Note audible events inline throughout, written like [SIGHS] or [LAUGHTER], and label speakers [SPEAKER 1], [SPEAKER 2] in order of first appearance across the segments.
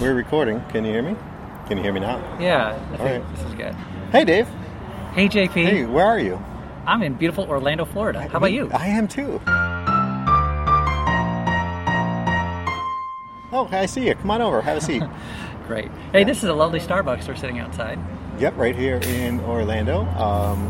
[SPEAKER 1] We're recording. Can you hear me? Can you hear me now?
[SPEAKER 2] Yeah, I think
[SPEAKER 1] right.
[SPEAKER 2] this is good.
[SPEAKER 1] Hey, Dave.
[SPEAKER 2] Hey, JP.
[SPEAKER 1] Hey, where are you?
[SPEAKER 2] I'm in beautiful Orlando, Florida.
[SPEAKER 1] [LAUGHS]
[SPEAKER 2] How about you?
[SPEAKER 1] I am too. Oh, I see you. Come on over. Have a
[SPEAKER 2] [LAUGHS]
[SPEAKER 1] seat.
[SPEAKER 2] Great. Hey, this is a lovely Starbucks we're sitting outside.
[SPEAKER 1] yep, right here in Orlando. Um,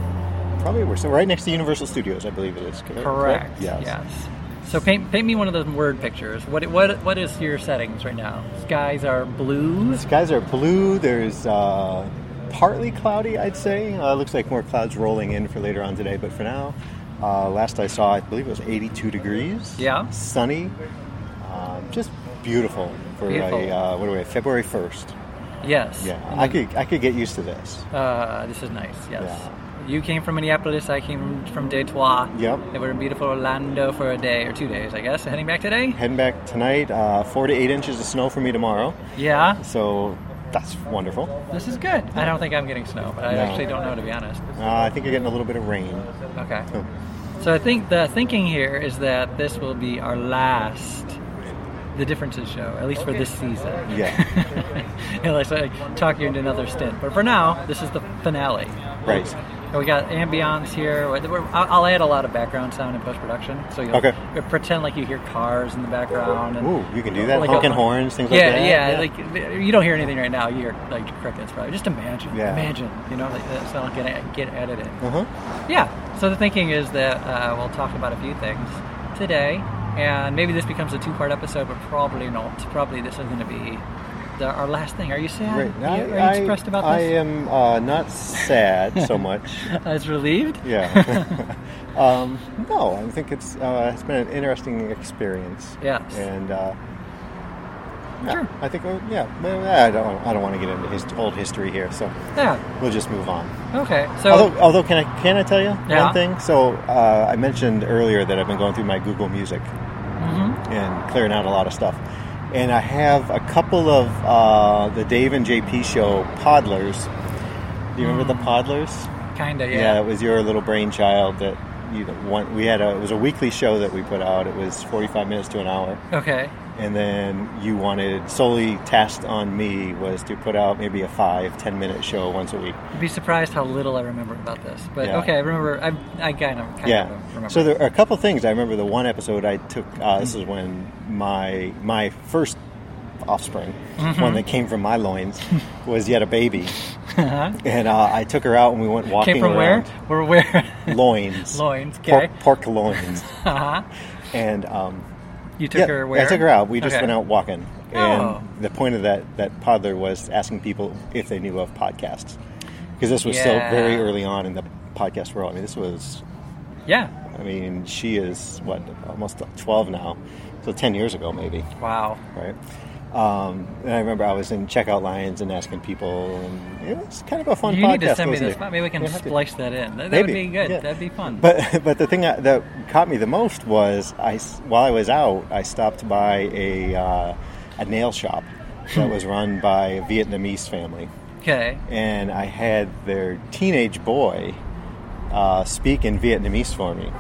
[SPEAKER 1] probably we're so right next to Universal Studios, I believe it is. Correct.
[SPEAKER 2] Correct.
[SPEAKER 1] Yes.
[SPEAKER 2] So paint, paint me one of those word pictures. What what what is your settings right now? Skies are blue.
[SPEAKER 1] Skies are blue. There's uh, partly cloudy, I'd say. Uh, looks like more clouds rolling in for later on today, but for now, uh, last I saw, I believe it was 82 degrees.
[SPEAKER 2] Yeah.
[SPEAKER 1] Sunny. Um, just beautiful for
[SPEAKER 2] Beautiful. Mm-hmm.
[SPEAKER 1] a uh, what are we? February 1st.
[SPEAKER 2] Yes.
[SPEAKER 1] Yeah.
[SPEAKER 2] And
[SPEAKER 1] I
[SPEAKER 2] then-
[SPEAKER 1] could I could get used to this.
[SPEAKER 2] Uh, this is nice. Yes. You came from Minneapolis. I came from Detroit.
[SPEAKER 1] Yep.
[SPEAKER 2] And we're in beautiful Orlando for a day or two days, I guess. Heading back
[SPEAKER 1] [LAUGHS]
[SPEAKER 2] today.
[SPEAKER 1] Heading back tonight. Uh, four to eight inches of snow for me tomorrow.
[SPEAKER 2] Yeah.
[SPEAKER 1] So that's wonderful.
[SPEAKER 2] This is good. I don't think I'm getting snow, but I
[SPEAKER 1] No.
[SPEAKER 2] actually don't know to be honest.
[SPEAKER 1] Uh, I think you're getting a little bit of rain.
[SPEAKER 2] Okay.
[SPEAKER 1] So,
[SPEAKER 2] So I think the thinking here is that this will be our last The Differences show, at least for this season. [LAUGHS]
[SPEAKER 1] yeah.
[SPEAKER 2] Unless I talk you into another stint. But for now, this is the finale.
[SPEAKER 1] right.
[SPEAKER 2] And we got ambiance here. We're- we're- I'll I'll add a lot of background sound in post production. So you'll,
[SPEAKER 1] Okay.
[SPEAKER 2] you'll pretend like you hear cars in the background. And
[SPEAKER 1] Ooh, you can do that.
[SPEAKER 2] Like a-
[SPEAKER 1] Honking horns, things like
[SPEAKER 2] yeah,
[SPEAKER 1] that.
[SPEAKER 2] yeah, Like you don't hear anything right now. You hear like crickets, probably. Just imagine,
[SPEAKER 1] Yeah.
[SPEAKER 2] imagine. You know, like, that's not gonna get edited.
[SPEAKER 1] Uh-huh.
[SPEAKER 2] Yeah. So the thinking is that uh, we'll talk about a few things today, and maybe this becomes a two-part episode, but probably not. Probably this is going to be the, our last thing. Are you sad?
[SPEAKER 1] Right.
[SPEAKER 2] Are you, are you expressed about
[SPEAKER 1] I uh,
[SPEAKER 2] this?
[SPEAKER 1] am uh, not sad
[SPEAKER 2] [LAUGHS]
[SPEAKER 1] so much.
[SPEAKER 2] I was relieved.
[SPEAKER 1] yeah. [LAUGHS] um, no, I think it's uh, it's been an interesting experience.
[SPEAKER 2] Yes.
[SPEAKER 1] And uh, yeah,
[SPEAKER 2] Sure.
[SPEAKER 1] I think uh, yeah. well, I don't I don't want to get into his old history here, so
[SPEAKER 2] Yeah.
[SPEAKER 1] we'll just move on.
[SPEAKER 2] Okay. So
[SPEAKER 1] although although can I can I tell you
[SPEAKER 2] Yeah.
[SPEAKER 1] one thing? So uh, I mentioned earlier that I've been going through my Google Music
[SPEAKER 2] mhm.
[SPEAKER 1] and clearing out a lot of stuff. And I have a couple of uh, the Dave and JP show Podlers. Do you remember
[SPEAKER 2] Mm.
[SPEAKER 1] the Podlers?
[SPEAKER 2] kinda. Yeah.
[SPEAKER 1] that was your little brainchild that you want. We had a it was a weekly show that we put out. It was forty five minutes to an hour,
[SPEAKER 2] Okay.
[SPEAKER 1] and then you wanted solely tasked on me was to put out maybe a five ten minute show once a week.
[SPEAKER 2] You'd be surprised how little I remember about this, but
[SPEAKER 1] Yeah.
[SPEAKER 2] okay, I remember. I, I kind of, kind of
[SPEAKER 1] yeah.
[SPEAKER 2] remember. Mm-hmm.
[SPEAKER 1] So there are a couple things I remember. The one episode I took. Uh, this is when my my first offspring,
[SPEAKER 2] Mm-hmm.
[SPEAKER 1] one that came from my
[SPEAKER 2] [LAUGHS]
[SPEAKER 1] loins, was yet a baby,
[SPEAKER 2] [LAUGHS] Uh-huh.
[SPEAKER 1] and uh, I took her out and we went walking
[SPEAKER 2] came from
[SPEAKER 1] around.
[SPEAKER 2] where? We're where? [LAUGHS]
[SPEAKER 1] Loins.
[SPEAKER 2] Loins, okay.
[SPEAKER 1] Pork, pork loins.
[SPEAKER 2] uh-huh.
[SPEAKER 1] and um,
[SPEAKER 2] You took
[SPEAKER 1] yeah,
[SPEAKER 2] her where?
[SPEAKER 1] I took her out. We just
[SPEAKER 2] Okay.
[SPEAKER 1] went out walking.
[SPEAKER 2] Oh.
[SPEAKER 1] And the point of that, that podler was asking people if they knew of podcasts. Because this was still
[SPEAKER 2] Yeah.
[SPEAKER 1] very early on in the podcast world. I mean, this was,
[SPEAKER 2] Yeah.
[SPEAKER 1] I mean, she is, what, almost 12 now. So 10 years ago, maybe,
[SPEAKER 2] Wow.
[SPEAKER 1] right? Um, and I remember I was in checkout lines and asking people, and it was kind of a fun
[SPEAKER 2] you
[SPEAKER 1] podcast.
[SPEAKER 2] need to send me
[SPEAKER 1] wasn't
[SPEAKER 2] this.
[SPEAKER 1] it?
[SPEAKER 2] Maybe we can
[SPEAKER 1] Yeah, I did.
[SPEAKER 2] splice that in. That, that
[SPEAKER 1] Maybe,
[SPEAKER 2] would be good.
[SPEAKER 1] yeah.
[SPEAKER 2] That'd be fun.
[SPEAKER 1] But [LAUGHS] but the thing that, that caught me the most was I s- while I was out, I stopped by a uh, a nail shop
[SPEAKER 2] [LAUGHS]
[SPEAKER 1] that was run by a Vietnamese family,
[SPEAKER 2] okay.
[SPEAKER 1] and I had their teenage boy uh, speak in Vietnamese for me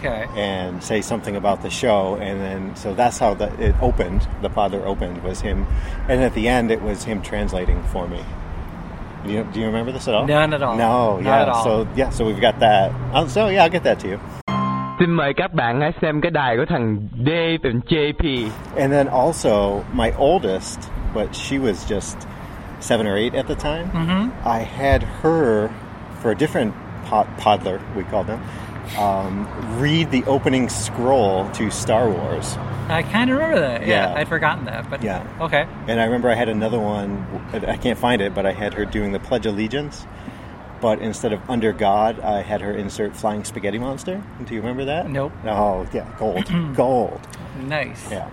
[SPEAKER 2] Okay.
[SPEAKER 1] and say something about the show, and then so that's how the, it opened. The father opened was him, and at the end it was him translating for me. Do you, do you remember this at all?
[SPEAKER 2] None at all.
[SPEAKER 1] No,
[SPEAKER 2] Not
[SPEAKER 1] yeah.
[SPEAKER 2] at all.
[SPEAKER 1] So yeah, so we've got that. i so yeah, I'll get that to you.
[SPEAKER 3] Xin mời các bạn hãy xem cái đài của thằng Dave and JP.
[SPEAKER 1] And then also my oldest, but she was just seven or eight at the time. Mm-hmm. I had her for a different pod- podler, we called them, um, read the opening scroll to Star Wars.
[SPEAKER 2] I kind of remember that. Yeah,
[SPEAKER 1] Yeah.
[SPEAKER 2] I'd forgotten that. But
[SPEAKER 1] Yeah.
[SPEAKER 2] Okay.
[SPEAKER 1] And I remember I had another one. I can't find it, but I had her doing the Pledge Allegiance. But instead of under God, I had her insert Flying Spaghetti Monster. Do you remember that?
[SPEAKER 2] Nope.
[SPEAKER 1] Oh yeah, gold,
[SPEAKER 2] [CLEARS THROAT]
[SPEAKER 1] gold.
[SPEAKER 2] Nice.
[SPEAKER 1] Yeah,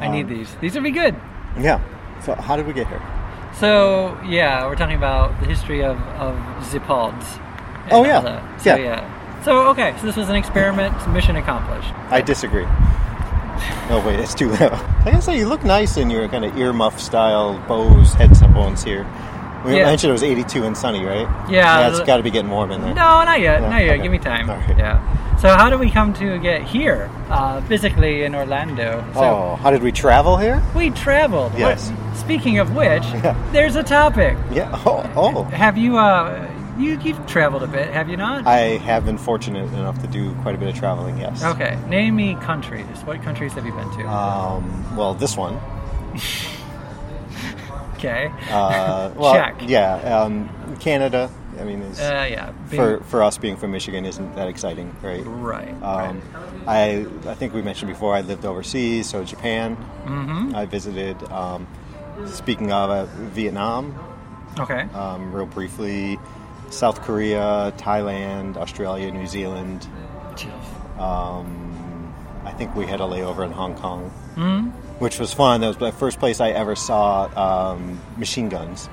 [SPEAKER 2] I need
[SPEAKER 1] um,
[SPEAKER 2] these. These would be good.
[SPEAKER 1] yeah. So how did we get here?
[SPEAKER 2] So yeah, we're talking about the history of of zipods. and
[SPEAKER 1] Oh, yeah.
[SPEAKER 2] all that. So,
[SPEAKER 1] Yeah.
[SPEAKER 2] yeah. So okay, so this was an experiment. Mission accomplished.
[SPEAKER 1] I disagree. No, wait, it's too loud. [LAUGHS] Like I say, you look nice in your kind of earmuff style bows, head bones here. We
[SPEAKER 2] Yeah.
[SPEAKER 1] mentioned it was 82 and sunny, right?
[SPEAKER 2] Yeah,
[SPEAKER 1] it's
[SPEAKER 2] the-
[SPEAKER 1] got to be getting warm in there.
[SPEAKER 2] No, not yet.
[SPEAKER 1] No,
[SPEAKER 2] not yet.
[SPEAKER 1] okay.
[SPEAKER 2] Give me time.
[SPEAKER 1] All right.
[SPEAKER 2] Yeah. So how do we come to get here uh, physically in Orlando? So
[SPEAKER 1] oh, how Oh, did we travel here?
[SPEAKER 2] we traveled. What-
[SPEAKER 1] Yes.
[SPEAKER 2] Speaking of which,
[SPEAKER 1] Yeah.
[SPEAKER 2] there's a topic.
[SPEAKER 1] Yeah. [LAUGHS] Oh, oh.
[SPEAKER 2] Have you uh you you've traveled a bit, have you not?
[SPEAKER 1] I have been fortunate enough to do quite a bit of traveling. Yes.
[SPEAKER 2] okay. Name me countries. What countries have you been to?
[SPEAKER 1] Um, well, this one.
[SPEAKER 2] okay.
[SPEAKER 1] Uh, well,
[SPEAKER 2] Check.
[SPEAKER 1] Yeah. Um, Canada. I mean, is,
[SPEAKER 2] Uh, yeah. Been-
[SPEAKER 1] for for us being from Michigan, isn't that exciting, right?
[SPEAKER 2] right.
[SPEAKER 1] Um, I I think we mentioned before I lived overseas, so Japan.
[SPEAKER 2] mm-hmm.
[SPEAKER 1] I visited. Um, speaking of uh, Vietnam,
[SPEAKER 2] Okay.
[SPEAKER 1] um, real briefly, South Korea, Thailand, Australia, New Zealand. Um, I think we had a layover in Hong Kong,
[SPEAKER 2] Mm-hmm.
[SPEAKER 1] which was fun. That was the first place I ever saw um, machine guns,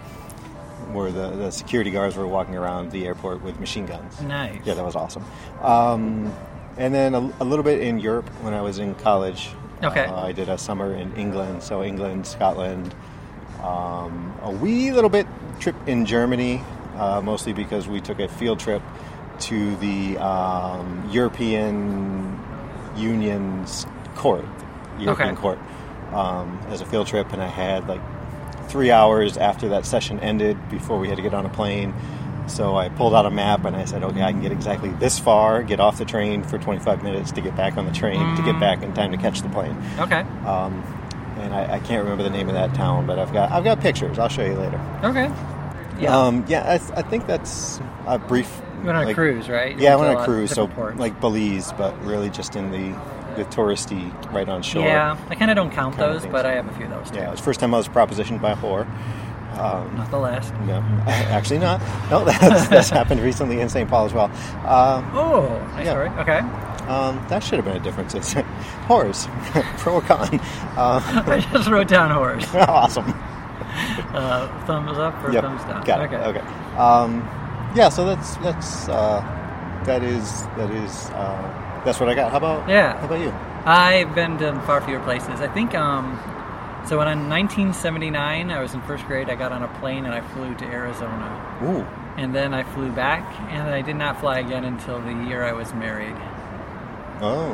[SPEAKER 1] where the, the security guards were walking around the airport with machine guns.
[SPEAKER 2] Nice.
[SPEAKER 1] Yeah, that was awesome. Um, and then a, a little bit in Europe when I was in college.
[SPEAKER 2] Okay.
[SPEAKER 1] Uh, I did a summer in England, so England, Scotland. Um, a wee little bit trip in Germany, uh, mostly because we took a field trip to the um, European Union's court, European
[SPEAKER 2] Okay.
[SPEAKER 1] court, um, as a field trip, and I had like three hours after that session ended before we had to get on a plane. So I pulled out a map and I said, okay, I can get exactly this far, get off the train for 25 minutes to get back on the train, to get back in time to catch the plane.
[SPEAKER 2] Okay.
[SPEAKER 1] Um, and I, I can't remember the name of that town, but I've got, I've got pictures. I'll show you later.
[SPEAKER 2] Okay. Yeah.
[SPEAKER 1] uh, Um, yeah, I, th- I think that's a brief.
[SPEAKER 2] you went on a
[SPEAKER 1] like-
[SPEAKER 2] cruise, right? You
[SPEAKER 1] Yeah, I went
[SPEAKER 2] to
[SPEAKER 1] on
[SPEAKER 2] lot
[SPEAKER 1] a
[SPEAKER 2] of
[SPEAKER 1] cruise, so
[SPEAKER 2] different ports.
[SPEAKER 1] like Belize, but really just in the, the touristy, right on shore.
[SPEAKER 2] Yeah, I kind of don't count
[SPEAKER 1] Kinda
[SPEAKER 2] those,
[SPEAKER 1] things.
[SPEAKER 2] but I have a few of those too.
[SPEAKER 1] Yeah, it was the first time I was propositioned by a whore. Um,
[SPEAKER 2] Not the last.
[SPEAKER 1] No, [LAUGHS] actually not. No, [LAUGHS] that's, that's happened recently in St. Paul as well. Um,
[SPEAKER 2] Oh, nice
[SPEAKER 1] Yeah.
[SPEAKER 2] story. Okay. [LAUGHS]
[SPEAKER 1] um, that should have been a difference. It's [LAUGHS] horrors, pro or con. Uh, [LAUGHS]
[SPEAKER 2] I just wrote down horse.
[SPEAKER 1] awesome.
[SPEAKER 2] Uh, thumbs up or
[SPEAKER 1] Yep,
[SPEAKER 2] thumbs down.
[SPEAKER 1] Got
[SPEAKER 2] okay.
[SPEAKER 1] it. Okay. Um, yeah. So that's that's uh, that is that is uh, that's what I got. How about
[SPEAKER 2] Yeah.
[SPEAKER 1] How about you?
[SPEAKER 2] I've been to far fewer places. I think, um, so when in 1979, I was in first grade, I got on a plane and I flew to Arizona.
[SPEAKER 1] Ooh.
[SPEAKER 2] And then I flew back, and I did not fly again until the year I was married.
[SPEAKER 1] Oh.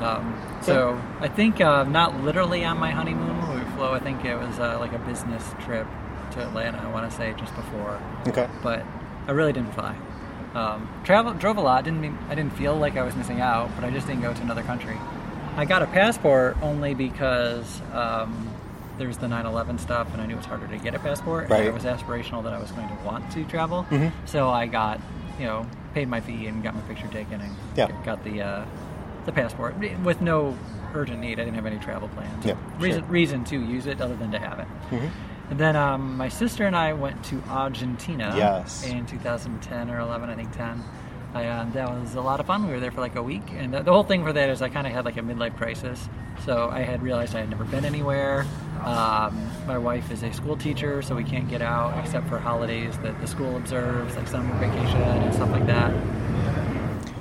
[SPEAKER 2] Um, so I think uh, not literally on my honeymoon, we flew, I think it was uh, like a business trip to Atlanta, I want to say just before.
[SPEAKER 1] Okay.
[SPEAKER 2] but I really didn't fly. Um, travel drove a lot. Didn't mean, I didn't feel like I was missing out, but I just didn't go to another country. I got a passport only because um, there was the 9/11 stuff, and I knew it was harder to get a passport. And
[SPEAKER 1] Right.
[SPEAKER 2] it was aspirational that I was going to want to travel,
[SPEAKER 1] Mhm.
[SPEAKER 2] so I got you know paid my fee and got my picture taken and
[SPEAKER 1] Yeah.
[SPEAKER 2] got the uh, the passport with no urgent need. I didn't have any travel plans.
[SPEAKER 1] Yeah,
[SPEAKER 2] reason
[SPEAKER 1] sure.
[SPEAKER 2] reason to use it other than to have it.
[SPEAKER 1] hmm
[SPEAKER 2] And then um, my sister and I went to Argentina.
[SPEAKER 1] Yes.
[SPEAKER 2] In 2010 or 11, I think 10. I, uh, that was a lot of fun. We were there for like a week, and the, the whole thing for that is I kind of had like a midlife crisis. So I had realized I had never been anywhere. Um, my wife is a school teacher, so we can't get out except for holidays that the school observes, like summer vacation and stuff like that.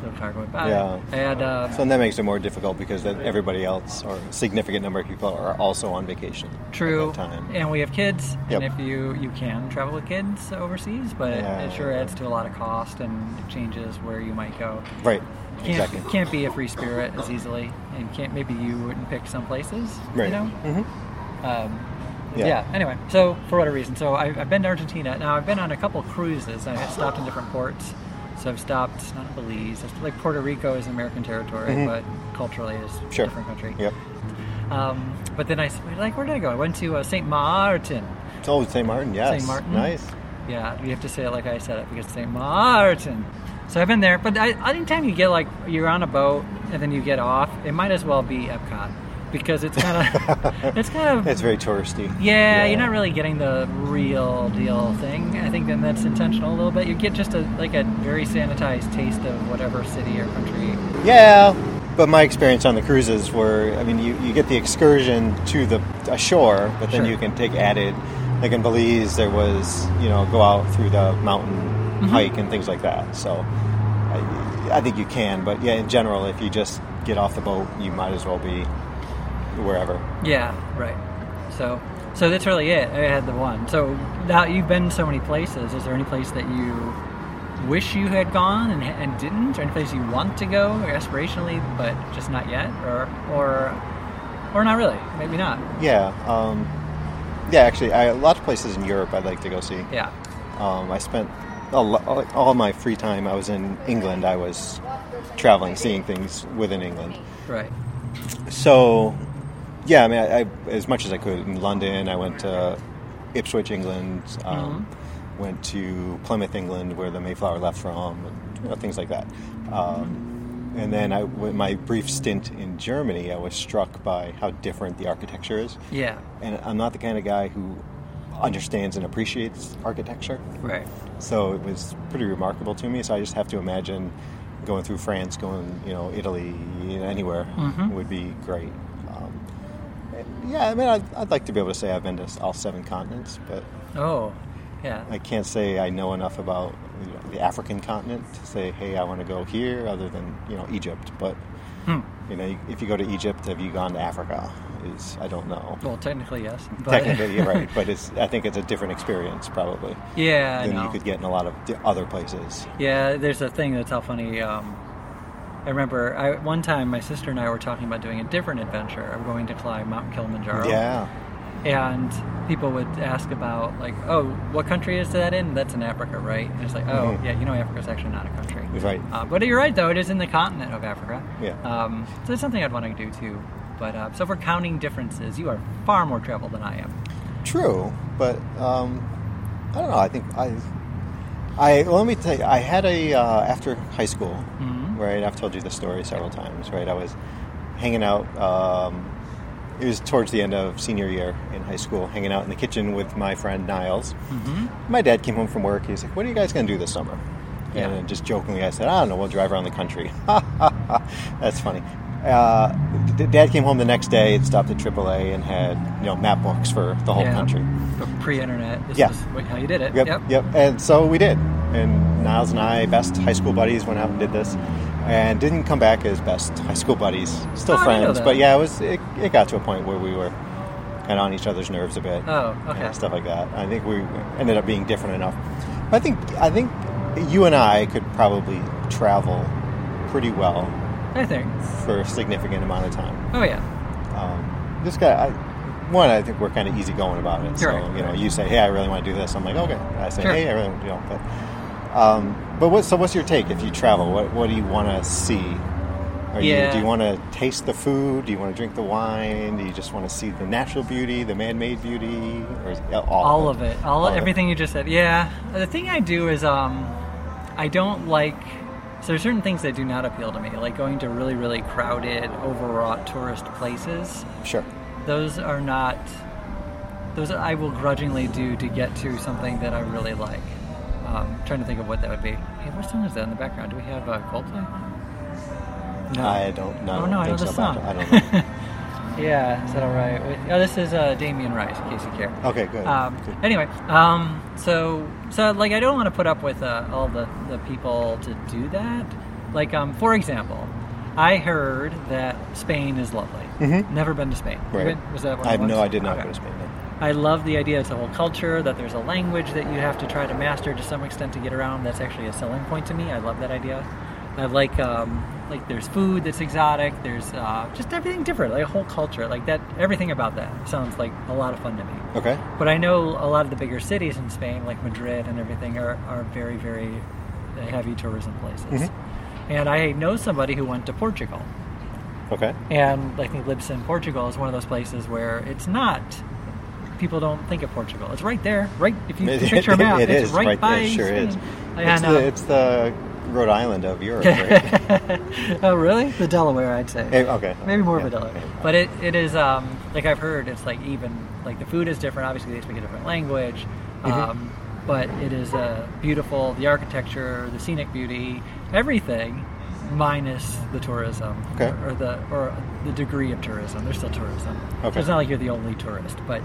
[SPEAKER 2] The car going by.
[SPEAKER 1] Yeah.
[SPEAKER 2] And um,
[SPEAKER 1] So that makes it more difficult because then everybody else or a significant number of people are also on vacation. at
[SPEAKER 2] True.
[SPEAKER 1] that time.
[SPEAKER 2] And we have kids,
[SPEAKER 1] Yep.
[SPEAKER 2] and if you you can travel with kids overseas, but it-
[SPEAKER 1] Yeah.
[SPEAKER 2] it sure adds to a lot of cost and changes where you might go.
[SPEAKER 1] Right.
[SPEAKER 2] Can't,
[SPEAKER 1] Exactly.
[SPEAKER 2] can't be a free spirit as easily, and can't maybe you wouldn't pick some places.
[SPEAKER 1] Right.
[SPEAKER 2] You
[SPEAKER 1] [LAUGHS]
[SPEAKER 2] know.
[SPEAKER 1] hmm
[SPEAKER 2] Um,
[SPEAKER 1] Yeah.
[SPEAKER 2] yeah. Anyway, so for whatever reason, so I, I've been to Argentina. Now I've been on a couple cruises. I have stopped in different ports. So I've stopped not in Belize. I've- Like Puerto Rico is American territory,
[SPEAKER 1] Mhm.
[SPEAKER 2] but culturally is
[SPEAKER 1] Sure.
[SPEAKER 2] a different country.
[SPEAKER 1] Yep.
[SPEAKER 2] Um, but then I s- like, where did I go? I went to uh, Saint Martin.
[SPEAKER 1] So St. Martin. Yes.
[SPEAKER 2] St. Martin.
[SPEAKER 1] Nice.
[SPEAKER 2] Yeah, you have to say it like I said it because Saint Martin. So I've been there, but I, anytime you get like you're on a boat and then you get off, it might as well be Epcot because it's
[SPEAKER 1] [LAUGHS]
[SPEAKER 2] kind of it's kind of
[SPEAKER 1] It's very touristy.
[SPEAKER 2] yeah, you're not really getting the real deal thing. I think then that's intentional a little bit. You get just a like a very sanitized taste of whatever city or country.
[SPEAKER 1] Yeah, but my experience on the cruises were, I mean, you, you get the excursion to the a shore, but then
[SPEAKER 2] Sure.
[SPEAKER 1] you can take added, like in Belize, there was, you know, go out through the mountain hike and things like that. So I, I think you can, but yeah, in general, if you just get off the boat, you might as well be wherever.
[SPEAKER 2] Yeah, right. So, so that's really it. I had the one. So now you've been so many places. Is there any place that you wish you had gone and, and didn't, or any place you want to go or aspirationally but just not yet, or or or not really? Maybe not.
[SPEAKER 1] Yeah, um, yeah, actually, I, a lot of places in Europe I'd like to go see.
[SPEAKER 2] Yeah.
[SPEAKER 1] Um, I spent a lo- like, all my free time. I was in England. I was traveling, seeing things within England.
[SPEAKER 2] Right.
[SPEAKER 1] So, yeah, I mean, I, I, as much as I could in London, I went to Ipswich, England. Um, Went to Plymouth, England, where the Mayflower left from, and you know, things like that. Um, and then I, with my brief stint in Germany, I was struck by how different the architecture is.
[SPEAKER 2] Yeah.
[SPEAKER 1] And I'm not the kind of guy who understands and appreciates architecture.
[SPEAKER 2] Right.
[SPEAKER 1] So it was pretty remarkable to me. So I just have to imagine going through France, going you know Italy, you know, anywhere
[SPEAKER 2] Mm-hmm.
[SPEAKER 1] would be great. Um, and yeah, I mean, I'd, I'd like to be able to say I've been to s- all seven continents, but
[SPEAKER 2] Oh. Yeah.
[SPEAKER 1] I can't say I know enough about you know, the African continent to say, hey, I want to go here, other than you know Egypt. But
[SPEAKER 2] Hmm.
[SPEAKER 1] you know, if you go to Egypt, have you gone to Africa? Is I don't know.
[SPEAKER 2] Well, technically yes. But
[SPEAKER 1] Technically, you're right, but it's I think it's a different experience probably
[SPEAKER 2] [LAUGHS] yeah. I
[SPEAKER 1] than
[SPEAKER 2] know.
[SPEAKER 1] you could get in a lot of the other places.
[SPEAKER 2] Yeah, there's a thing that's how funny. Um, I remember I, one time my sister and I were talking about doing a different adventure of going to climb Mount Kilimanjaro.
[SPEAKER 1] Yeah.
[SPEAKER 2] And people would ask about, like, oh, what country is that in? That's in Africa, right? And it's like, oh,
[SPEAKER 1] Mhm.
[SPEAKER 2] yeah, you know, Africa's actually not a country.
[SPEAKER 1] Right.
[SPEAKER 2] Uh, but you're right, though, it is in the continent of Africa.
[SPEAKER 1] Yeah.
[SPEAKER 2] Um, so it's something I'd want to do, too. But uh, so if we're counting differences, you are far more traveled than I am.
[SPEAKER 1] True, but um, I don't know. I think I, I well, let me tell you. I had a uh, after high school,
[SPEAKER 2] Mhm.
[SPEAKER 1] right? I've told you the story several times, right? I was hanging out. Um, it was towards the end of senior year in high school, hanging out in the kitchen with my friend Niles.
[SPEAKER 2] Mm-hmm.
[SPEAKER 1] My dad came home from work. He's like, "What are you guys going to do this summer?"
[SPEAKER 2] Yeah.
[SPEAKER 1] And just jokingly, I said, "I don't know. We'll drive around the country." [LAUGHS] That's funny. Uh, d- dad came home the next day and stopped at AAA and had you know map books for the whole
[SPEAKER 2] yeah.
[SPEAKER 1] country.
[SPEAKER 2] But pre-internet, this
[SPEAKER 1] Yeah.
[SPEAKER 2] is what, how you did it.
[SPEAKER 1] Yep, yep, And so we did. And Niles and I, best high school buddies, went out and did this, and didn't come back as best high school buddies. Still
[SPEAKER 2] Oh, I didn't know
[SPEAKER 1] friends,
[SPEAKER 2] that.
[SPEAKER 1] but yeah, it was. It, it got to a point where we were kind of on each other's nerves a bit.
[SPEAKER 2] Oh, okay.
[SPEAKER 1] And stuff like that. I think we ended up being different enough. I think I think you and I could probably travel pretty well
[SPEAKER 2] I think.
[SPEAKER 1] for a significant amount of time.
[SPEAKER 2] Oh, yeah.
[SPEAKER 1] Um, this guy, I, one, I think we're kind of easygoing about it.
[SPEAKER 2] Right,
[SPEAKER 1] so you know,
[SPEAKER 2] right.
[SPEAKER 1] you say, "Hey, I really want to do this." I'm like, "Okay." I say,
[SPEAKER 2] Sure.
[SPEAKER 1] "Hey, I really want to do it." But, um, but what? So, what's your take if you travel? What What do you want to see? Are you,
[SPEAKER 2] Yeah.
[SPEAKER 1] do you want to taste the food? Do you want to drink the wine? Do you just want to see the natural beauty, the man-made beauty, or is, all,
[SPEAKER 2] all of it all,
[SPEAKER 1] of it.
[SPEAKER 2] everything you just said yeah the thing i do is um i don't like so there's certain things that do not appeal to me like going to really really crowded overwrought tourist places
[SPEAKER 1] Sure.
[SPEAKER 2] those are not those i will grudgingly do to get to something that i really like um, trying to think of what that would be hey what song is that in the background do we have uh, coldplay no
[SPEAKER 1] I don't know.
[SPEAKER 2] Oh, no, I know
[SPEAKER 1] think
[SPEAKER 2] the
[SPEAKER 1] so, but
[SPEAKER 2] song.
[SPEAKER 1] I don't know.
[SPEAKER 2] [LAUGHS] yeah is that all right Wait, oh this is uh, damien rice in case you care
[SPEAKER 1] Okay, good.
[SPEAKER 2] Um,
[SPEAKER 1] Good.
[SPEAKER 2] anyway, um, so so like I don't want to put up with uh, all the, the people to do that. Like um, for example, I heard that Spain is lovely.
[SPEAKER 1] Mhm.
[SPEAKER 2] Never been to Spain. You
[SPEAKER 1] Right.
[SPEAKER 2] been- Was that one
[SPEAKER 1] I
[SPEAKER 2] of the
[SPEAKER 1] no,
[SPEAKER 2] ones?
[SPEAKER 1] I did not
[SPEAKER 2] Okay.
[SPEAKER 1] go to Spain. no.
[SPEAKER 2] I love the idea it's a whole culture, that there's a language that you have to try to master to some extent to get around. That's actually a selling point to me. I love that idea. I like um, like there's food that's exotic. There's uh, just everything different, like a whole culture, like that. Everything about that sounds like a lot of fun to me.
[SPEAKER 1] Okay.
[SPEAKER 2] But I know a lot of the bigger cities in Spain, like Madrid and everything, are, are very, very heavy tourism places.
[SPEAKER 1] Mhm.
[SPEAKER 2] And I know somebody who went to Portugal.
[SPEAKER 1] Okay.
[SPEAKER 2] And I think Lisbon, Portugal is one of those places where it's not, people don't think of Portugal. It's right there, right? If you
[SPEAKER 1] [LAUGHS] It-
[SPEAKER 2] picture a map,
[SPEAKER 1] it
[SPEAKER 2] it's
[SPEAKER 1] is
[SPEAKER 2] right,
[SPEAKER 1] right there,
[SPEAKER 2] by
[SPEAKER 1] it sure
[SPEAKER 2] Spain.
[SPEAKER 1] is.
[SPEAKER 2] Yeah,
[SPEAKER 1] it's,
[SPEAKER 2] I know.
[SPEAKER 1] the, it's the Rhode Island of Europe,
[SPEAKER 2] [LAUGHS]
[SPEAKER 1] right?
[SPEAKER 2] oh, really? The Delaware, I'd say.
[SPEAKER 1] Eh, okay.
[SPEAKER 2] Maybe more of
[SPEAKER 1] Yeah.
[SPEAKER 2] a Delaware. But it, it is, um, like I've heard, it's like even, like the food is different. Obviously, they speak a different language.
[SPEAKER 1] Mhm.
[SPEAKER 2] Um, but it is uh, beautiful. The architecture, the scenic beauty, everything, minus the tourism
[SPEAKER 1] Okay.
[SPEAKER 2] or the or the degree of tourism. There's still tourism.
[SPEAKER 1] Okay.
[SPEAKER 2] So it's not like you're the only tourist, but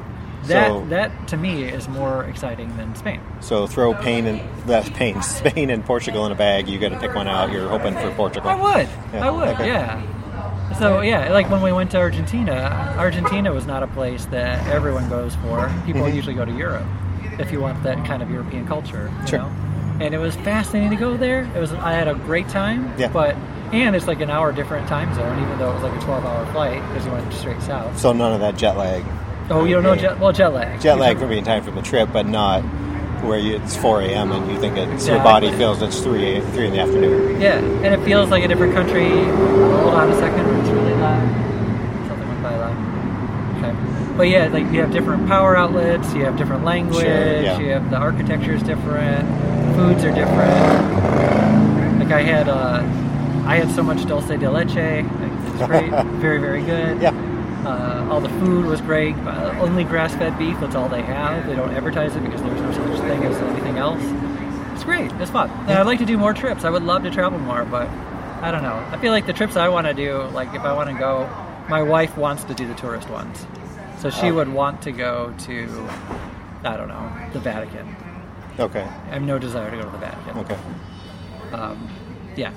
[SPEAKER 2] that
[SPEAKER 1] So-
[SPEAKER 2] that to me is more exciting than Spain.
[SPEAKER 1] So throw Spain and that's Spain, [LAUGHS] Spain and Portugal in a bag. You got to pick one out. You're hoping for Portugal.
[SPEAKER 2] I would.
[SPEAKER 1] Yeah,
[SPEAKER 2] I would.
[SPEAKER 1] okay.
[SPEAKER 2] Yeah. So yeah, like when we went to Argentina, Argentina was not a place that everyone goes for. People
[SPEAKER 1] Mhm.
[SPEAKER 2] usually go to Europe if you want that kind of European culture. You
[SPEAKER 1] Sure.
[SPEAKER 2] Know? And it was fascinating to go there. It was. I had a great time.
[SPEAKER 1] Yeah.
[SPEAKER 2] But and it's like an hour different time zone, even though it was like a twelve-hour flight because you went straight south.
[SPEAKER 1] So none of that jet lag.
[SPEAKER 2] Oh, you don't know jet? Well, jet lag.
[SPEAKER 1] Jet lag could be in time from the trip, but not where you, it's 4 a.m. and you think it's your body
[SPEAKER 2] Exactly.
[SPEAKER 1] feels it's 3 a, 3 in the afternoon.
[SPEAKER 2] Yeah, and it feels like a different country. Hold on a second, it's really loud. Something went by loud. Okay. But yeah, like you have different power outlets, you have different language,
[SPEAKER 1] yeah.
[SPEAKER 2] you have the architecture is different, foods are different. Like I had, uh, I had so much dulce de leche. Like,
[SPEAKER 1] [LAUGHS]
[SPEAKER 2] It's great, very very good.
[SPEAKER 1] Yeah.
[SPEAKER 2] Uh, all the food was great. Uh, only grass-fed beef. That's all they have. They don't advertise it because there's no such thing as anything else. It's great. It's fun. And I'd like to do more trips. I would love to travel more, but I don't know. I feel like the trips I want to do, like if I want to go, my wife wants to do the tourist ones, so she
[SPEAKER 1] Oh.
[SPEAKER 2] would want to go to, I don't know, the Vatican.
[SPEAKER 1] Okay.
[SPEAKER 2] I have no desire to go to the Vatican.
[SPEAKER 1] Okay.
[SPEAKER 2] Um, yeah.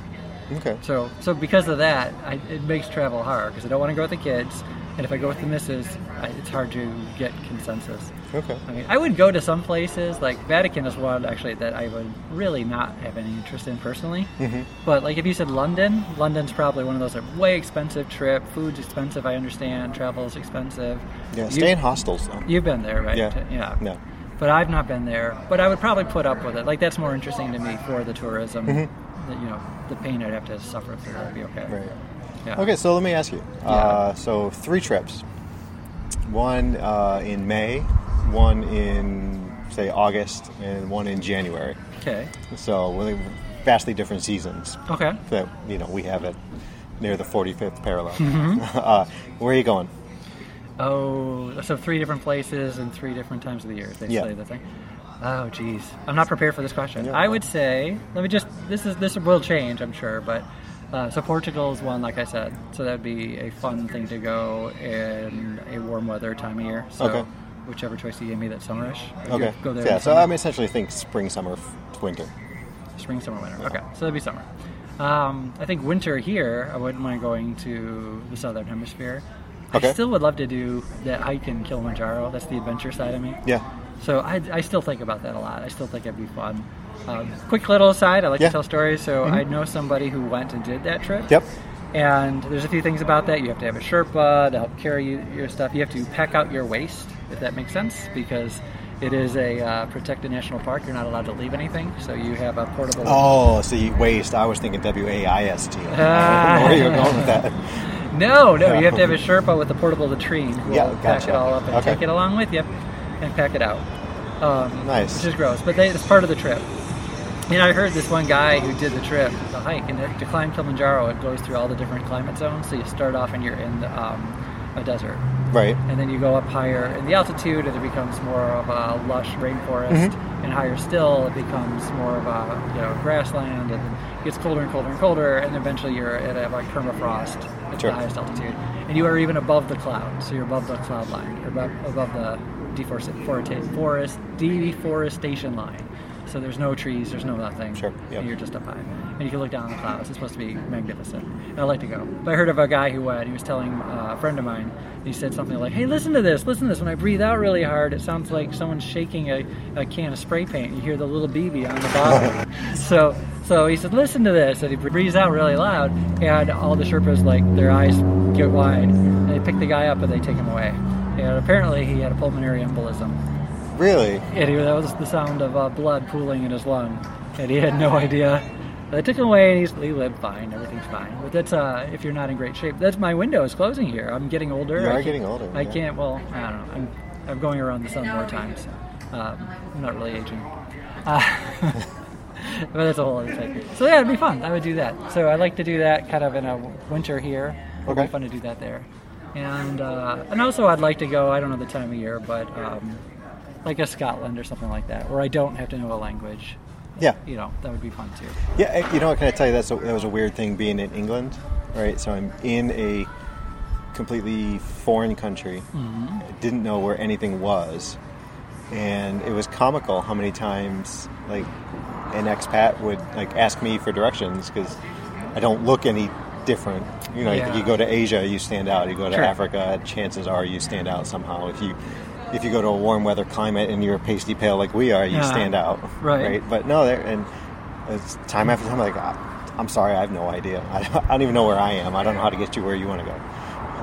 [SPEAKER 1] Okay.
[SPEAKER 2] So, so because of that, I, it makes travel hard because I don't want to go with the kids, and if I go with the missus, I, it's hard to get consensus.
[SPEAKER 1] Okay.
[SPEAKER 2] I mean, I would go to some places like Vatican is one actually that I would really not have any interest in personally.
[SPEAKER 1] Mhm.
[SPEAKER 2] But like if you said London, London's probably one of those like way expensive trip. Food's expensive, I understand. Travel's expensive.
[SPEAKER 1] Yeah.
[SPEAKER 2] You-
[SPEAKER 1] Stay in hostels though.
[SPEAKER 2] You've been there, right?
[SPEAKER 1] Yeah.
[SPEAKER 2] Yeah.
[SPEAKER 1] No.
[SPEAKER 2] But I've not been there. But I would probably put up with it. Like that's more interesting to me for the tourism. That, you know, the pain I'd have to suffer through would be okay.
[SPEAKER 1] Mm-hmm. Right.
[SPEAKER 2] Yeah.
[SPEAKER 1] Okay, so let me ask you.
[SPEAKER 2] Yeah.
[SPEAKER 1] Uh, so three trips. One uh, in May, one in say August, and one in January.
[SPEAKER 2] Okay.
[SPEAKER 1] So really vastly different seasons
[SPEAKER 2] Okay.
[SPEAKER 1] that you know we have it near the 45th parallel.
[SPEAKER 2] Mm-hmm.
[SPEAKER 1] [LAUGHS] uh, where are you going?
[SPEAKER 2] Oh, so three different places and three different times of the year. is Basically,
[SPEAKER 1] Yeah.
[SPEAKER 2] the thing. Oh, geez, I'm not prepared for this question.
[SPEAKER 1] Yeah.
[SPEAKER 2] I would say, let me just. This is this will change, I'm sure, but uh, so Portugal is one, like I said. So that'd be a fun thing to go in a warm weather time of year. So
[SPEAKER 1] Okay.
[SPEAKER 2] whichever choice you gave me, that's summerish. You
[SPEAKER 1] Okay.
[SPEAKER 2] Go there. in
[SPEAKER 1] yeah. So
[SPEAKER 2] summer.
[SPEAKER 1] I'm essentially think spring, summer, f- winter.
[SPEAKER 2] Spring, summer, winter. Okay, so that'd be summer. Um, I think winter here, I wouldn't mind going to the southern hemisphere. I
[SPEAKER 1] Okay.
[SPEAKER 2] still would love to do that hike in Kilimanjaro. That's the adventure side of me.
[SPEAKER 1] Yeah.
[SPEAKER 2] So I, I still think about that a lot. I still think it'd be fun. Um, quick little aside, I like
[SPEAKER 1] Yeah. Mm-hmm.
[SPEAKER 2] to tell stories. So I know somebody who went and did that trip.
[SPEAKER 1] Yep.
[SPEAKER 2] And there's a few things about that. You have to have a Sherpa to help carry you, your stuff. You have to pack out your waste, if that makes sense, because it is a uh, protected national park. You're not allowed to leave anything. So you have a portable.
[SPEAKER 1] Oh, see, waste. I was thinking W A I S T. I don't know Where you were going with
[SPEAKER 2] [LAUGHS]
[SPEAKER 1] that?
[SPEAKER 2] No, no, you have to
[SPEAKER 1] [LAUGHS]
[SPEAKER 2] have a Sherpa with a portable latrine who
[SPEAKER 1] Yeah,
[SPEAKER 2] will pack
[SPEAKER 1] gotcha.
[SPEAKER 2] it all up and
[SPEAKER 1] Okay.
[SPEAKER 2] take it along with you and pack it out. Um,
[SPEAKER 1] Nice.
[SPEAKER 2] Which is gross, but they, it's part of the trip. And I heard this one guy who did the trip, the hike, and to climb Kilimanjaro, it goes through all the different climate zones. So you start off and you're in um, a desert.
[SPEAKER 1] Right.
[SPEAKER 2] And then you go up higher in the altitude, and it becomes more of a lush rainforest. And higher still, it becomes more of a you know grassland, and it gets colder and colder and colder. And eventually, you're at a, like permafrost at
[SPEAKER 1] Sure.
[SPEAKER 2] the highest altitude, and you are even above the cloud. So you're above the cloud line, you're above, above the deforest, forest, forest deforestation line. So there's no trees, there's no nothing.
[SPEAKER 1] Sure, yep.
[SPEAKER 2] And you're just up high, and you can look down on the clouds. It's supposed to be magnificent. And I like to go. But I heard of a guy who went. He was telling uh, a friend of mine. He said something like, "Hey, listen to this. Listen to this. When I breathe out really hard, it sounds like someone's shaking a, a can of spray paint. You hear the little BB on the bottom." so, so he said, "Listen to this." And he breathes out really loud, and all the Sherpas like their eyes get wide. And they pick the guy up and they take him away. And apparently, he had a pulmonary embolism.
[SPEAKER 1] Really?
[SPEAKER 2] And he, that was the sound of uh, blood pooling in his lung, and he had no idea. They took him away, and he's, he lived fine. Everything's fine. But that's uh, if you're not in great shape. That's my window is closing here. I'm getting older.
[SPEAKER 1] You
[SPEAKER 2] I
[SPEAKER 1] are
[SPEAKER 2] can't-
[SPEAKER 1] getting older,
[SPEAKER 2] I
[SPEAKER 1] yeah.
[SPEAKER 2] can't. Well, I don't know. I'm, I'm going around the sun more times. Um, I'm not really aging. Uh, [LAUGHS] but that's a whole other thing. So yeah, it'd be fun. I would do that. So I like to do that kind of in a w- winter here. It'd
[SPEAKER 1] Okay.
[SPEAKER 2] be fun to do that there. And uh, and also I'd like to go. I don't know the time of year, but um, like a Scotland or something like that, where I don't have to know a language.
[SPEAKER 1] Yeah.
[SPEAKER 2] You know, that would be fun too.
[SPEAKER 1] Yeah, eh, you know what? Can I tell you that's a, that was a weird thing being in England, right? So I'm in a completely foreign country,
[SPEAKER 2] Mm-hmm.
[SPEAKER 1] didn't know where anything was, and it was comical how many times like an expat would like ask me for directions because I don't look any different. You know, you think
[SPEAKER 2] Yeah.
[SPEAKER 1] you go to Asia, you stand out. You go to
[SPEAKER 2] Sure.
[SPEAKER 1] Africa, chances are you stand out somehow. If you if you go to a warm weather climate and you're pasty pale like we are, you
[SPEAKER 2] Yeah.
[SPEAKER 1] stand out,
[SPEAKER 2] Right.
[SPEAKER 1] Oh, But no, there and it's time after [LAUGHS] time. Like, I- I'm sorry, I have no idea. I don't, I don't even know where I am. I don't know how to get you where you want to go. [LAUGHS]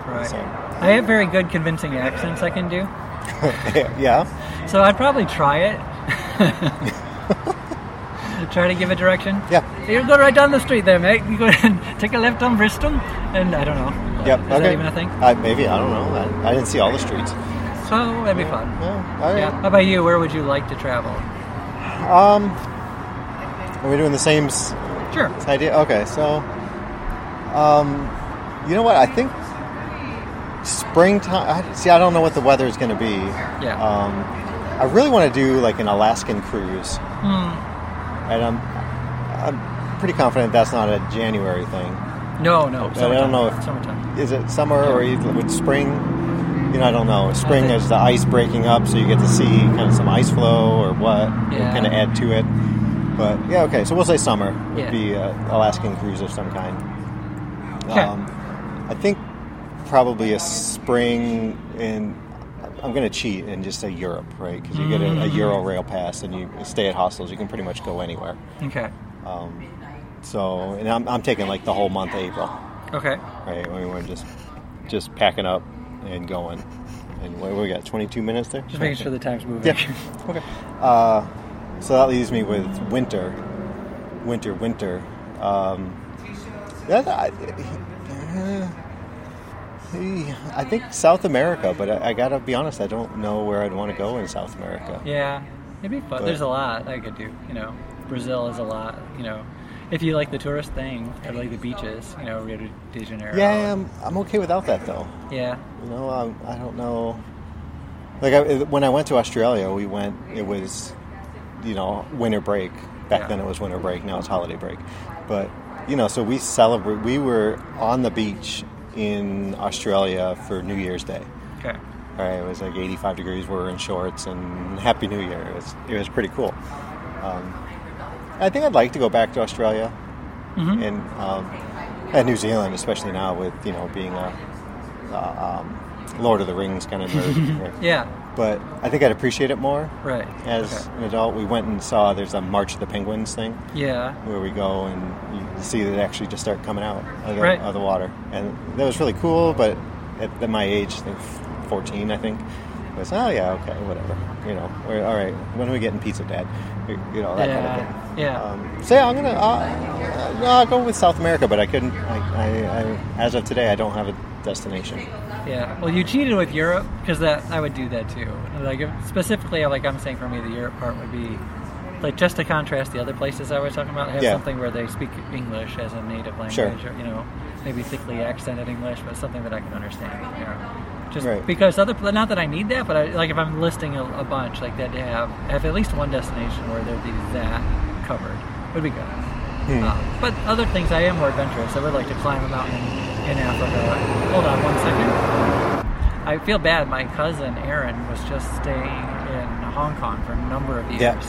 [SPEAKER 2] Right.
[SPEAKER 1] So,
[SPEAKER 2] I have very good convincing accents I can do,
[SPEAKER 1] yeah,
[SPEAKER 2] so I'd probably try it. [LAUGHS] try to give a direction.
[SPEAKER 1] Yeah.
[SPEAKER 2] You go right down the street there, mate. You go [LAUGHS] and take a left on Bristol, and I don't know.
[SPEAKER 1] yep.
[SPEAKER 2] Is
[SPEAKER 1] okay.
[SPEAKER 2] that even a thing?
[SPEAKER 1] I, maybe I don't know. I, I didn't see all the streets.
[SPEAKER 2] So that'd be fun.
[SPEAKER 1] No, all right.
[SPEAKER 2] Yeah. How about you? Where would you like to travel?
[SPEAKER 1] Um, are we doing the same s-
[SPEAKER 2] Sure.
[SPEAKER 1] idea? Okay, so, um, you know what? I think springtime. I, see, I don't know what the weather is going to be.
[SPEAKER 2] Yeah.
[SPEAKER 1] Um, I really want to do like an Alaskan cruise,
[SPEAKER 2] Hmm.
[SPEAKER 1] and I'm I'm pretty confident that's not a January thing.
[SPEAKER 2] No, no.
[SPEAKER 1] I don't know if-
[SPEAKER 2] summertime.
[SPEAKER 1] Is it summer or is it with spring? You know, I don't know. Spring
[SPEAKER 2] think-
[SPEAKER 1] is the ice breaking up, so you get to see kind of some ice flow or what,
[SPEAKER 2] Yeah.
[SPEAKER 1] kind of add to it. But yeah, okay. So we'll say summer would
[SPEAKER 2] Yeah.
[SPEAKER 1] be a Alaskan cruise of some kind.
[SPEAKER 2] Okay.
[SPEAKER 1] um, I think probably a spring in. I'm going to cheat and just say Europe, right? Because you get a, a Euro
[SPEAKER 2] Mm.
[SPEAKER 1] rail pass and you stay at hostels. You can pretty much go anywhere.
[SPEAKER 2] Okay.
[SPEAKER 1] Um, so, and I'm, I'm taking like the whole month of April
[SPEAKER 2] Okay.
[SPEAKER 1] right? We were just just packing up and going. And what, what we got? Twenty-two minutes there.
[SPEAKER 2] Just making sure the time's moving.
[SPEAKER 1] Yeah. okay. Uh, so that leaves me with winter, winter, winter. Um, that, I, uh, I think South America, but I, I gotta be honest. I don't know where I'd want to go in South America.
[SPEAKER 2] [LAUGHS] Yeah, it'd be fun.
[SPEAKER 1] But-
[SPEAKER 2] There's a lot I could do. You know, Brazil is a lot. You know, if you like the tourist thing, I like the beaches. You know, Rio de Janeiro.
[SPEAKER 1] Yeah, I'm, I'm okay without that though.
[SPEAKER 2] Yeah.
[SPEAKER 1] You know, I, I don't know. Like I, when I went to Australia, we went. It was, you know, winter break. Back
[SPEAKER 2] Yeah.
[SPEAKER 1] then, it was winter break. Now it's holiday break. But you know, so we celebrate. We were on the beach in Australia for New Year's Day.
[SPEAKER 2] Okay.
[SPEAKER 1] All right, it was like 85 degrees. We were in shorts and Happy New Year. It was, it was pretty cool. Um, I think I'd like to go back to Australia
[SPEAKER 2] Mhm.
[SPEAKER 1] and um, and New Zealand, especially now with you know being a uh, um, Lord of the Rings kind of nerd. right?
[SPEAKER 2] [LAUGHS] Yeah.
[SPEAKER 1] But I think I'd appreciate it more
[SPEAKER 2] Right.
[SPEAKER 1] as
[SPEAKER 2] Okay.
[SPEAKER 1] an adult. We went and saw there's a March of the Penguins thing
[SPEAKER 2] Yeah.
[SPEAKER 1] where we go and you see it actually just start coming out of the,
[SPEAKER 2] Right.
[SPEAKER 1] of the water. And that was really cool, but at, at my age, I think 14, I think, it was, oh yeah, okay, whatever. You know, we're, all right, when are we getting pizza, Dad? You you know, that kind of thing.
[SPEAKER 2] Yeah. Yeah.
[SPEAKER 1] Um, so yeah, I'm gonna. Uh, uh, no, I'll go with South America, but I couldn't. I, I, I, as of today, I don't have a destination.
[SPEAKER 2] Yeah. Well, you cheated with Europe because that I would do that too. Like if- specifically, like I'm saying for me, the Europe part would be like just to contrast the other places I was talking about. Have
[SPEAKER 1] Yeah.
[SPEAKER 2] something where they speak English as a native language,
[SPEAKER 1] Sure.
[SPEAKER 2] or you know, maybe thickly accented English, but something that I can understand. You know. Just
[SPEAKER 1] Right.
[SPEAKER 2] because other not that I need that, but I, like if I'm listing a, a bunch like that to have have at least one destination where there'd be that covered would be good.
[SPEAKER 1] Hmm.
[SPEAKER 2] Uh, but other things, I am more adventurous. I would like to climb a mountain in Africa. Hold on one second. I feel bad. My cousin Aaron was just staying in Hong Kong for a number of years,
[SPEAKER 1] Yeah.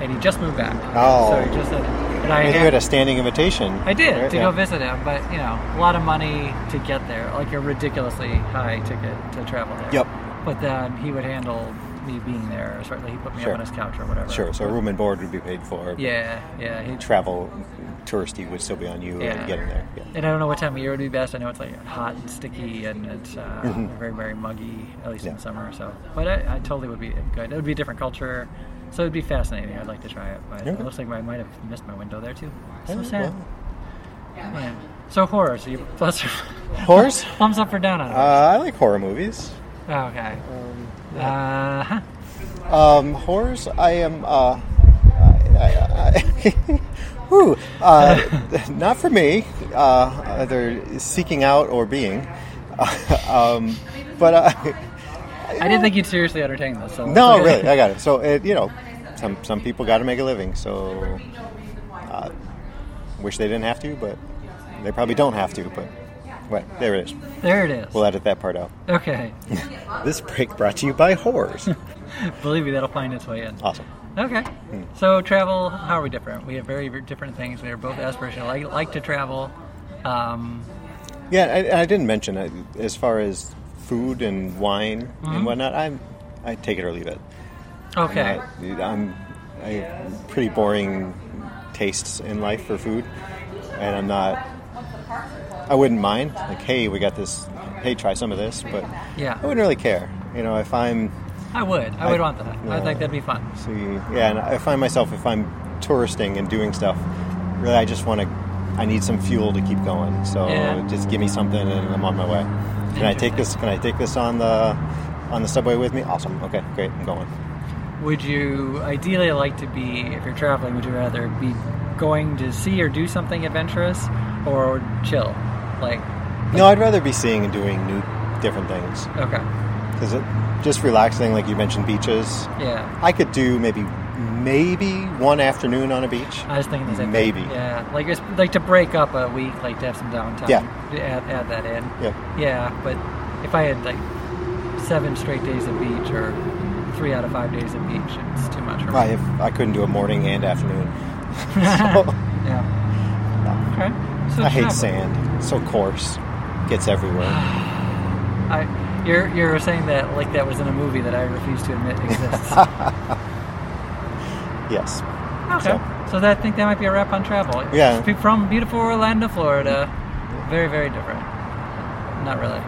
[SPEAKER 2] and he just moved back.
[SPEAKER 1] Oh.
[SPEAKER 2] so he just said, and I
[SPEAKER 1] I think you had
[SPEAKER 2] had-
[SPEAKER 1] a standing invitation.
[SPEAKER 2] I did
[SPEAKER 1] right?
[SPEAKER 2] to
[SPEAKER 1] Yeah.
[SPEAKER 2] go visit him, but you know, a lot of money to get there, like a ridiculously high ticket to travel there.
[SPEAKER 1] Yep.
[SPEAKER 2] But then he would handle me being there. Certainly, he put me
[SPEAKER 1] Sure.
[SPEAKER 2] up on his couch or whatever.
[SPEAKER 1] Sure. So room and board would be paid for.
[SPEAKER 2] Yeah, yeah. He,
[SPEAKER 1] Travel, touristy would still be on you
[SPEAKER 2] Yeah.
[SPEAKER 1] and getting there. Yeah.
[SPEAKER 2] And I don't know what time of year would be best. I know it's like hot and sticky, and it's uh, very, very muggy, at least
[SPEAKER 1] Mm-hmm. Yeah.
[SPEAKER 2] in the summer. So, but I, I totally would be good. It would be a different culture, so it'd be fascinating. I'd like to try it, but
[SPEAKER 1] Okay.
[SPEAKER 2] it looks like I might have missed my window there too. So
[SPEAKER 1] Yeah,
[SPEAKER 2] sad.
[SPEAKER 1] well.
[SPEAKER 2] Yeah. So horror. So you plus [LAUGHS] or
[SPEAKER 1] Horrors?
[SPEAKER 2] thumbs up or down on
[SPEAKER 1] Uh, um, I like horror movies.
[SPEAKER 2] it? Okay. Uh huh.
[SPEAKER 1] Um, horrors. I am. Uh, I, I, [LAUGHS] I, whew, uh, not for me. Uh, either seeking out or being. [LAUGHS] um, but I.
[SPEAKER 2] I didn't think you'd seriously entertain this.
[SPEAKER 1] [LAUGHS]
[SPEAKER 2] So [LAUGHS]
[SPEAKER 1] No, really, I got it. So it, you know, some some people got to make a living. So, uh, wish they didn't have to, but they probably don't have to. But right there it is.
[SPEAKER 2] there it is.
[SPEAKER 1] We'll edit that part out.
[SPEAKER 2] okay. [LAUGHS]
[SPEAKER 1] This break brought to you by horrors.
[SPEAKER 2] Believe me, that'll find its way in.
[SPEAKER 1] awesome.
[SPEAKER 2] Okay.
[SPEAKER 1] Hmm.
[SPEAKER 2] So travel, how are we different? We have very ver- different things. We are both aspirational. I like to travel. Um,
[SPEAKER 1] Yeah, I, I didn't mention it as far as food and wine and whatnot. I'm I take it or leave it.
[SPEAKER 2] Mm-hmm. okay.
[SPEAKER 1] Uh, I'm I have pretty boring tastes in life for food, and I'm not. I wouldn't mind. Like, hey, we got this hey, try some of this, but
[SPEAKER 2] Yeah.
[SPEAKER 1] I wouldn't really care. You know, if I'm
[SPEAKER 2] I would. I would
[SPEAKER 1] I-
[SPEAKER 2] want that. I
[SPEAKER 1] yeah.
[SPEAKER 2] think that'd be fun.
[SPEAKER 1] so you- yeah, and I find myself if I'm touristing and doing stuff, really, I just want to. I need some fuel to keep going. So
[SPEAKER 2] Yeah.
[SPEAKER 1] just give me something, and I'm on my way. Can I take this? Can I take this on the on the subway with me? Awesome. Okay, great. I'm going.
[SPEAKER 2] Would you ideally like to be, if you're traveling, would you rather be going to see or do something adventurous or chill? Like,
[SPEAKER 1] No, I'd rather be seeing and doing new, different things
[SPEAKER 2] okay.
[SPEAKER 1] because just relaxing, like you mentioned, beaches.
[SPEAKER 2] Yeah.
[SPEAKER 1] I could do maybe maybe one afternoon on a beach.
[SPEAKER 2] I was thinking the same thing.
[SPEAKER 1] Maybe.
[SPEAKER 2] Yeah. Like, it's, like to break up a week, like to have some downtime.
[SPEAKER 1] Yeah.
[SPEAKER 2] To add, add that in.
[SPEAKER 1] Yep.
[SPEAKER 2] Yeah, but if I had like seven straight days of beach or three out of five days of beach, it's too much for me.
[SPEAKER 1] I if I couldn't do a morning and afternoon. [LAUGHS] So-
[SPEAKER 2] Yeah. Okay. So
[SPEAKER 1] I hate
[SPEAKER 2] travel.
[SPEAKER 1] sand. It's so coarse. Gets
[SPEAKER 2] [SIGHS]
[SPEAKER 1] everywhere.
[SPEAKER 2] I, you're you're saying that like that was in a movie that I refuse to admit
[SPEAKER 1] [LAUGHS]
[SPEAKER 2] exists.
[SPEAKER 1] Yes.
[SPEAKER 2] Okay. So that, I think that might be a wrap on travel.
[SPEAKER 1] Yeah.
[SPEAKER 2] Be- From beautiful Orlando, Florida. Very, very different. Not really.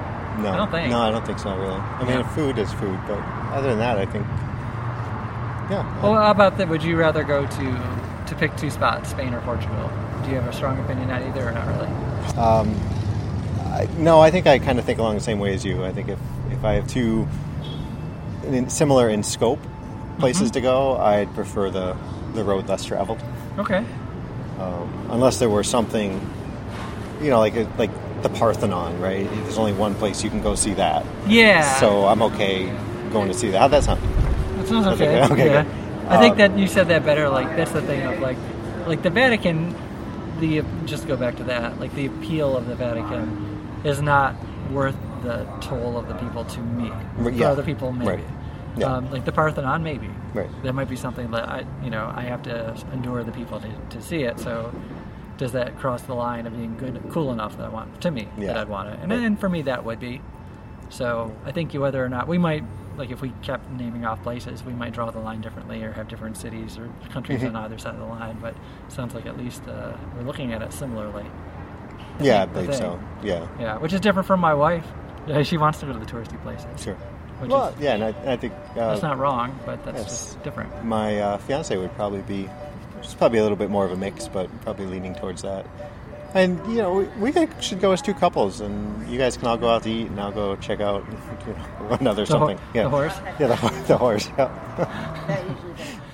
[SPEAKER 1] No.
[SPEAKER 2] I don't think.
[SPEAKER 1] No, I don't think so really. I mean
[SPEAKER 2] Yeah.
[SPEAKER 1] food is food, but other than that I think Yeah.
[SPEAKER 2] Well, how about that? Would you rather go to to pick two spots, Spain or Portugal? Do you have a strong opinion on either or not really?
[SPEAKER 1] I, no, I think I kinda think along the same way as you. I think if, if I have two in, similar in scope places to
[SPEAKER 2] Mm-hmm.
[SPEAKER 1] go, I'd prefer the, the road less traveled.
[SPEAKER 2] Okay.
[SPEAKER 1] um, unless there were something, you know, like like the Parthenon, right? There's only one place you can go see that,
[SPEAKER 2] Yeah.
[SPEAKER 1] so I'm okay going to see that. How'd that sound?
[SPEAKER 2] That sounds
[SPEAKER 1] That's
[SPEAKER 2] okay.
[SPEAKER 1] okay. Okay,
[SPEAKER 2] yeah.
[SPEAKER 1] good.
[SPEAKER 2] I think
[SPEAKER 1] Um,
[SPEAKER 2] that you said that better. Like that's the thing of like, like the Vatican. The just to go back to that. Like the appeal of the Vatican is not worth the toll of the people to me.
[SPEAKER 1] Right,
[SPEAKER 2] For
[SPEAKER 1] yeah.
[SPEAKER 2] other people, maybe.
[SPEAKER 1] Right. Yeah.
[SPEAKER 2] Um, like the Parthenon, maybe.
[SPEAKER 1] Right.
[SPEAKER 2] That might be something that I, you know, I have to endure the people to, to see it. So, does that cross the line of being good, cool enough that I want to me that
[SPEAKER 1] Yeah.
[SPEAKER 2] I'd want it? And
[SPEAKER 1] Right.
[SPEAKER 2] then for me, that would be. So I think you whether or not we might like if we kept naming off places, we might draw the line differently or have different cities or countries
[SPEAKER 1] Mm-hmm.
[SPEAKER 2] on either side of the line. But it sounds like at least uh, we're looking at it similarly.
[SPEAKER 1] Yeah, I
[SPEAKER 2] the
[SPEAKER 1] believe
[SPEAKER 2] thing.
[SPEAKER 1] so. Yeah,
[SPEAKER 2] Yeah, which is different from my wife. [LAUGHS] Uh, She wants to go to the touristy places,
[SPEAKER 1] sure.
[SPEAKER 2] which
[SPEAKER 1] well,
[SPEAKER 2] is
[SPEAKER 1] yeah, and I, I think uh,
[SPEAKER 2] that's not wrong, but that's
[SPEAKER 1] yes.
[SPEAKER 2] just different.
[SPEAKER 1] my uh, fiance would probably be. She's probably a little bit more of a mix, but probably leaning towards that. And you know, we, we should go as two couples, and you guys can all go out to eat, and I'll go check out [LAUGHS] you know, another
[SPEAKER 2] The, ho-
[SPEAKER 1] something. yeah,
[SPEAKER 2] the horse.
[SPEAKER 1] Yeah, the, the horse. [LAUGHS] Yeah.
[SPEAKER 4] That usually doesn't